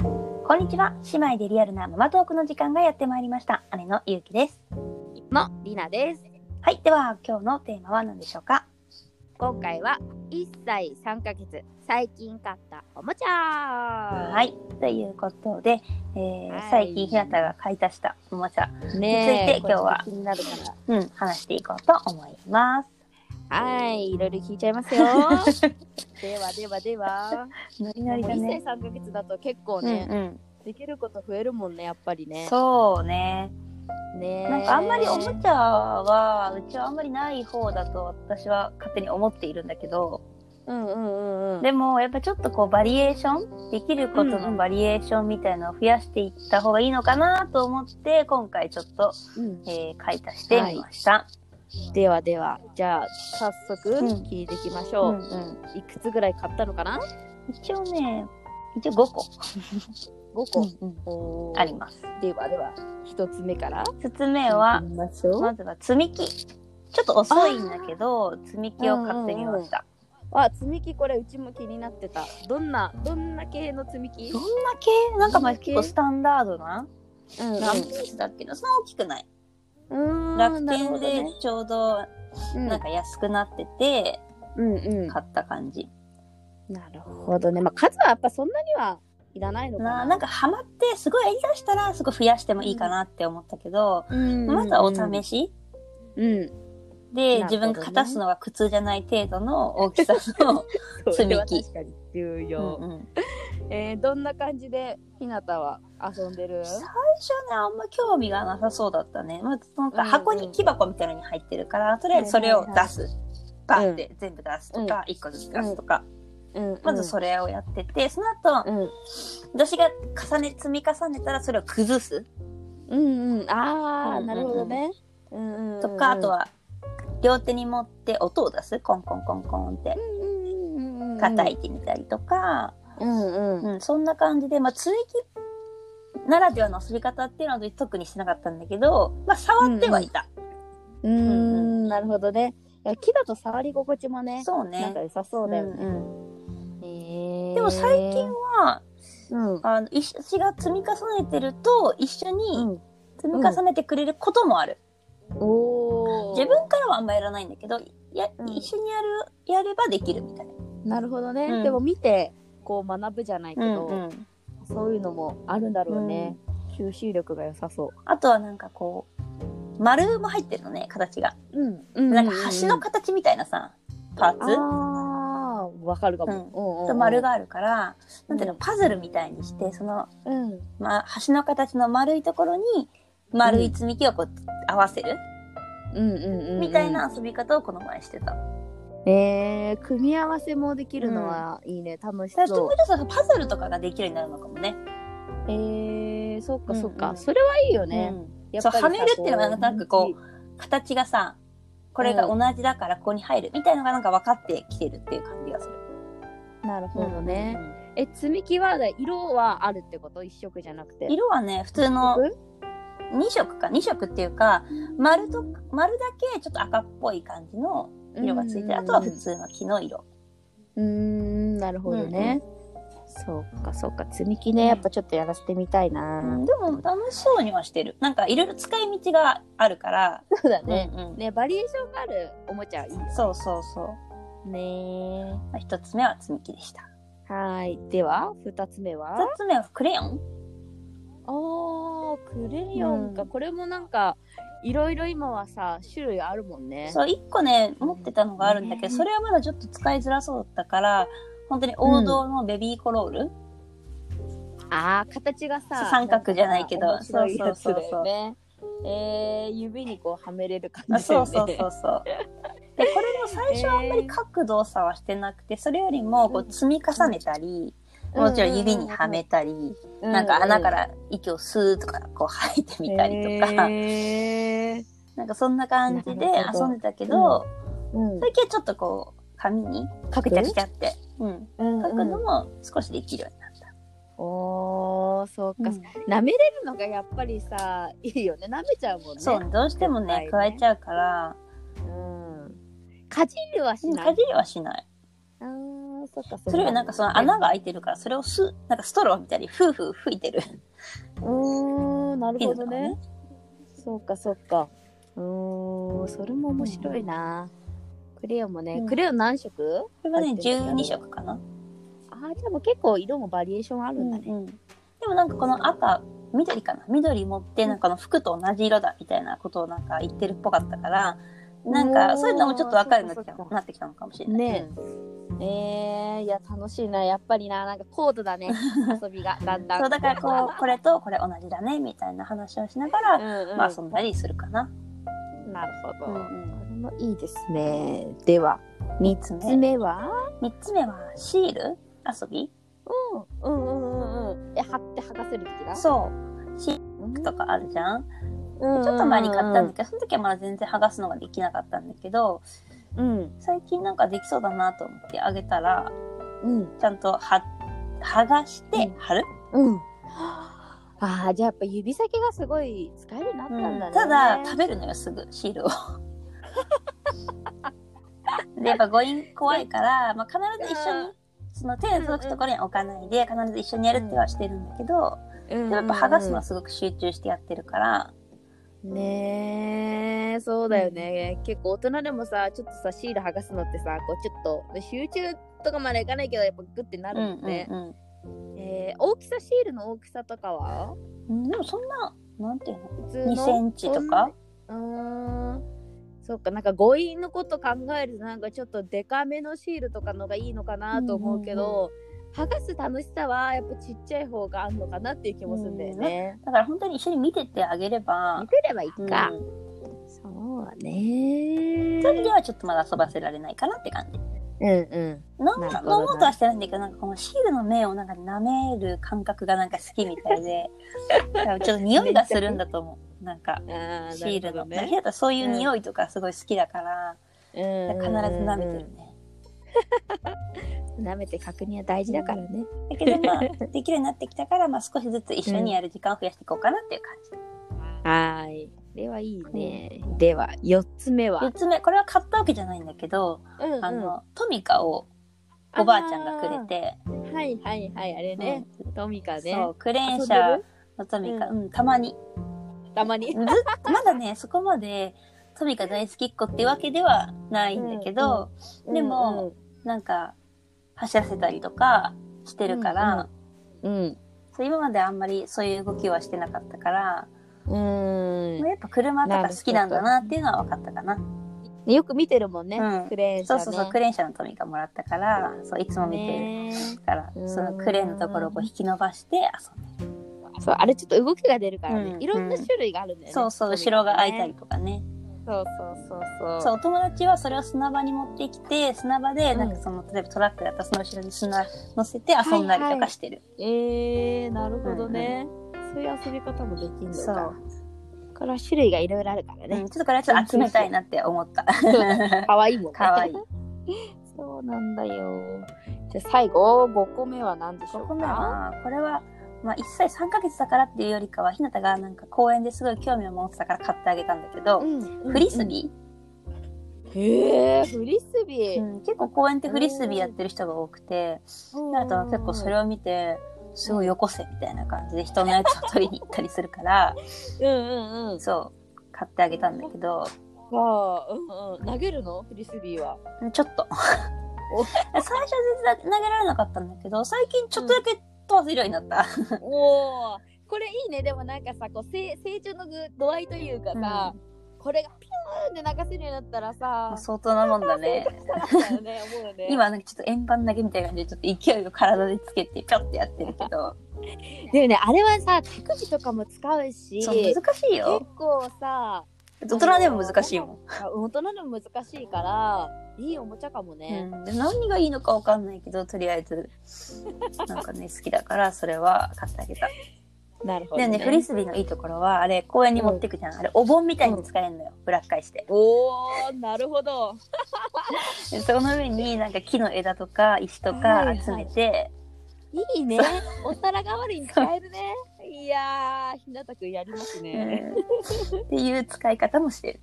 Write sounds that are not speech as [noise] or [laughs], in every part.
こんにちは姉妹でリアルなママトークの時間がやってまいりました姉のゆうきですのりなですはいでは今日のテーマは何でしょうか今回は1歳3ヶ月最近買ったおもちゃはいということで、えーはい最近ひなたが買い足したおもちゃ、ねえについて今日はこれちょっと気になるかうん、話していこうと思いますらはいいろいろ聞いちゃいま [laughs] すよではではではノリもノうリだ1歳ね3ヶ月だと結構うんね、うん、できること増えるもんねやっぱりねそうねねなんかあんまりおもちゃはうちはあんまりない方だと私は勝手に思っているんだけどうんうんうんうんでもやっぱちょっとこうバリエーションできることうんうのんバリエーションみたいのを増やしていった方がいいのかなと思って今回ちょっと、うんえー、買い足してみました、ではではじゃあ早速うん聞いていきましょう、うんうんいくつぐらい買ったのかな一応ね一応5個、 5個、うんうんおーありますではでは1つ目から1つ目は聞いてみましょうまずは積み木ちょっと遅いんだけど積み木を買ってみました、あ積み木これうちも気になってたどんなどんな系の積み木どんな系なんかまあどんな系結構スタンダードなうんうん何ピースだっけなそんな大きくないうん楽なるほ天どでねちょうどうんなんか安くなっててうんうん買った感じ、なるほどねまあ数はやっぱそんなにはいらないのかなななんかハマってすごいやりだしたらすごい増やしてもいいかなって思ったけど、うんまずはお試しうんで、なるほどね自分が勝たすのが苦痛じゃない程度の大きさの、そ積れみは木確かに重 [laughs] う要、んうんえーどんな感じでひなたは遊んでる最初ねあんま興味がなさそうだったね、まあ、なんうんかうん箱に木箱みたいなのに入ってるからとりあえずそれを出す。バーって全部出すとか、一個ずつ出すとか、うんまずそれをやってて、その後、うん私が重ね積み重ねたらそれを崩すうんうんああ、うんうんうんなるほどねうんうんうんとか、あとは両手に持って音を出すコンコンコンコンってうんうんうんうんうん叩いてみたりとか、うんううんんそんな感じで、まあ、追記ならではの遊び方っていうのは特にしてなかったんだけど、まあ、触ってはいた、うーんなるほどね。いや木だと触り心地もね、そうなんねか良さそうだよね。うんうんででも最近、はうん、あの一緒私が積み重ねてると一緒にうん積み重ねてくれることもある、おー自分からはあんまやらないんだけどや、うん一緒にやるやればできるみたいな。なるほどね、うんでも見てこう学ぶじゃないけど、うんうんそういうのもあるんだろうね。吸収力が良さそあとはなんかこう、丸も入ってるのね、形が。う。うん、うん、なんか橋の形みたいなさ、パーツああー、わかるかも。うんうんと丸、があるから、うなんんていうの、パズルみたいにして、その、うん、ま、橋の形の丸いところに、丸い積み木をこう、合わせるうん、うん、うん、みたいな。遊び方をこの前してた。えー、組み合わせもできるのはいいね、楽しだからちそょうっ。とそのパズルとかができるようになるのかもね。えー、そっかそっか、うんうんそれはいいよね。うんやっぱりさそうはめるっていうのがなんかこう形がさ、これが同じだからここに入るみたいのがなんか分かってきてるっていう感じがする。なるほどね。うんうんえ、積み木は色はあるってこと一色じゃなくて。色はね、普通のうん2色か2色っていうか丸と丸だけちょっと赤っぽい感じの色がついてるあとは普。通の木の色うーん、なるほどね。そうか、そうか。積み木ね、やっぱちょっとやらせてみたいな。うんでも楽しそうにはしてるなんかいろいろ使い道があるからそうだねね。ね、バリエーションがあるおもちゃいいよそうそうそうね。まあ一つ目は積み木でしたはーい。では、二つ目は二つ目はクレヨンあー、クレヨンか。うんこれもなんか、いろいろ今はさ、種類あるもんね。そう一個ね持ってたのがあるんだけどねそれはまだちょっと使いづらそうだったから本当に王道のベビーコロール、あー、形がさ、三角じゃないけどんかさ面白いやつだよそうそうそうそうね。えー、指にこうはめれる感じあだそようねそうそう [laughs] そう。でこれも最初はあんまり角動作はしてなくてそれよりもこう積み重ねたり、もちろん指にはめたり、なんか穴からら息を吸うとかこう吐いてみたりとか、えーなんかそんな感じでなるほど遊んでたけど、うん最近はちょっとこう紙に書ぐちゃぐちゃって、うん、うん書くのうも少しできるようになった。ん、おーそううんか、舐めれるのがやっぱりさいいよね舐めちゃうもんねそう、どうしてもねね加えちゃうから、うん、かじりはしうんない、かじりはしない。あーそっかそっか。それよりなんかその穴が開いてるから、それをす、なんかストローみたいにふうふう吹いてる。うーん、なるピンほのどとこね。。そうかそうか。うーん、それも面白いな。クレヨンもね、うんクレヨン何色これはね、入ってる12色かな。ああ、でも結構色もバリエーションあるんだね。うんうんでもなんかこの赤、緑かな。緑持って、なんかあの服と同じ色だみたいなことをなんか言ってるっぽかったから、なんかそういうのもちょっとわかるようになってきたおーなってきたのかもしれない。ねえー、いや楽しいなやっぱりななんか高度 [laughs] だね遊びがだんだんそうだからこう、これとこれ同じだねみたいな話をしながら、うんうんまあ遊んだりするかな。なるほど、うんこうんれもいいですねでは3つ目つ目は、三つ目はシール遊びうん、うんうんうんうんえ貼って剥がせる的なそう。シールとかあるじゃんうんうんちょっと前に買ったんだけど、その時はまだ全然剥がすのができなかったんだけど、うん最近なんかできそうだなと思ってあげたら、うんちゃんとは剥がして貼る、うんああじゃあやっぱ指先がすごい使えるようになったんだね、ただ食べるのよすぐシ [laughs] ールをでやっぱ誤飲怖いから、まあ、必ず一緒にその手で届くところには置かないで必ず一緒にやるってはしてるんだけど、うんうんうんでもやっぱ剥がすのはすごく集中してやってるから、ねえそうだよね、結構大人でもさちょっとさシール剥がすのってさこうちょっと集中とかまでいかないけどやっぱグッてなうんるんで、ねうんえー大きさシールの大きさとかはうん、でもそんななんていうの普通の2センチとかそんうーんそうかなんか誤飲のこと考えるとなんかちょっとデカめのシールとかのがいいのかなと思うけど、剥がす楽しさはやっぱちっちゃい方があるのかなっていう気もするんだよね、だから本当に一緒に見ててあげれば見、てればいいうん、か、そうだねそれではちょっとまだ遊ばせられないかなって感じうんうんなんなるかほどな飲もうとはしてないんだけど、なんかこのシールの面をなんか舐める感覚がなんか好きみたい [laughs] で、多分ちょっと匂いがするんだと思う。なんか、あシールの。なんかねひ、だとそういう匂いとかすごい好きだから、必ず舐めてるね。舐めて確認は大事だからね、だけどまあ、できるようになってきたから、まあ少しずつ一緒にやる時間を増やしていこうかなっていう感はーいではいいね、では4つ目はじ。四つ目、これは買ったわけじゃないんだけど、うんうんあの、トミカをおばあちゃんがくれて、てはいはいはいあれね、トミカねそう、クレーン遊んで車るのトミカ、ううん、たまに。たまにずっとまだねそこまでトミカ大好きっ子ってわけではないんだけど、でもなんか走らせたりとかしてるから、うんそう今まであんまりそういう動きはしてなかったから、うん、まあやっぱ車とか好きなんだなっていうのは分かったかなよく見てるもんね、うんクレーン車そうねそうそうクレーン車のトミカもらったからそういつも見てる、ねからうんそのクレーンのところをこう引き伸ばして遊んでる、そうあれちょっと動きが出るからね、うんいろんな種類があるんだよね、そうそうトミカね後ろが開いたりとかねそうそうそうそうそうお友達はそれを砂場に持ってきて砂場でなんかその、例えばトラックだったらその後ろに砂乗せて遊んだりとかしてる、えー、なるほどね、そういう遊び方もできるのかそそうう、これは種類がいろいろあるからうんねちょっとこれはちょっと集めたいなって思 [laughs] った可愛、いもんねかわいい [laughs] そうなんだよじゃあ最後5個目は何でしょ5うか個目はこれは、まあ、1歳3ヶ月だからっていうよりかはひなたがなんか公園ですごい興味を持ってたから買ってあげたんだけど、フリスビーへえフリスー、ビー、うん結構公園ってフリスビーやってる人が多くてひなたは結構それを見てすごいよこせみたいな感じで人のやつを取りに行ったりするからうんうんうんさそう買ってあげたんだけどあ、うんうん、投げるのフリスビ [laughs] ーはちょっと。お最初は全然投げられなかったんだけど、最近ちょっとだけ飛ばせるようになった。おおこれいいねでもなんかさこう成成長のぐ度合いというかさ、これがピューンって流せるようになったらさ、相当なもんだね。そうだよね思うよね今なんかちょっと円盤投げみたいな感じで、ちょっと勢いを体でつけて、ピョってやってるけど、でもねあれはさ手首とかも使うしそう難結しいよ。構さ大人でも難しいもん。大人でも難しいからいいおもちゃかもね、うんで何がいいのかわかんないけど、とりあえず、 [laughs] なんかね、好きだから、それは買ってあげた。なるほでもね、フリスビーのいいところは、あれ、公園に持ってくじゃん。あれ、お盆みたいに使えるのよ。裏返して。おーなるほどでその上になんか木の枝とか石とか集めて、いいねお皿代わりに使えるね [laughs] いやーひなたくんやりますね、っていう使い方もしてる。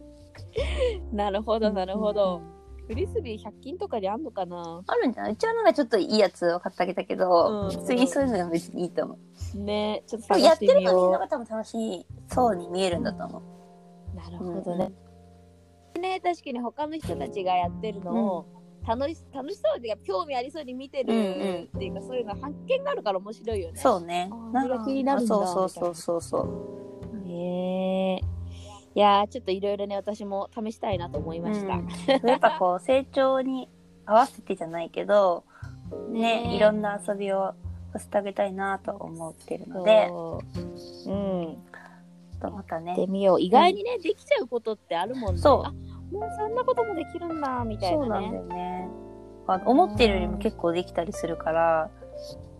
なるほどなるほど、フリスビー100均とかであんのかなあるんじゃないうちはなんかちょっといいやつを買ってあげたけど、うん普通にそういうのは別にいいと思う。ねちょっとでも探やっしててるみのみんなよが多分楽しいそうに見えるんだと思う。うなるほどね、ね確かに他の人たちがやってるのを楽し楽しそうで興味ありそうに見てるうんうんっていうか、そういうの発見があるから面白いよねそうねあー。なそれが気になるんだそうそうそうそうそう。ねえいやーちょっといろいろね私も試したいなと思いました、うんやっぱこう成長に合わせてじゃないけど、ねね、えいろんな遊びをさせてあげたいなと思ってるので、そううんちょっとまたやってね。みよう意外にね、できちゃうことってあるもんねそうあもうそんなこともできるんだみたいそうななんだねよね。あの思ってるよりも結構できたりするから、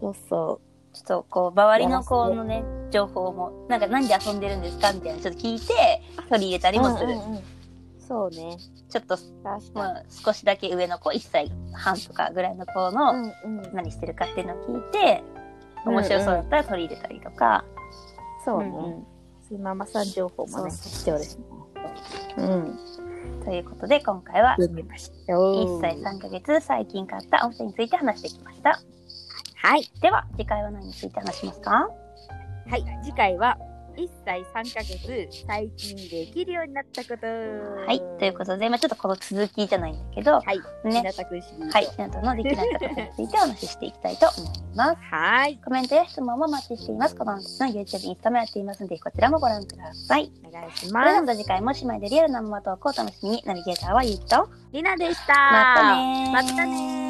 そうそちょっとこう周りの子のね情報もなんか何で遊んでるんですかみたいなちょっと聞いて取り入れたうりもする、うんうんうんそうねちょっと、確かまあ、少しだけ上の子1歳半とかぐらいの子に、のうんうん何してるかっていうのを聞いてうん面白そうだったら取り入れたりとか、そううね、んうんそういうママさん情報もねそう貴重ですねうんということで今回は読みましたよ1歳3ヶ月最近買ったお店について話してきましたはいでは次回は何について話しますかはい次回は1歳3ヶ月最近できるようになったことはいということで、まあ、ちょっとこの続きじゃないんだけどはいね日向くんシリーズはい、などのできなかったことについてお話ししていきたいと思いますはいコメントや質問もお待ちしています。この番組の YouTube にたもやっていますので、こちらもご覧ください。お願いしそれではままた次回も姉妹でリアルなママトークをお楽しみに。ナビゲーターはゆうきと。すりなでしたまたねーまたねー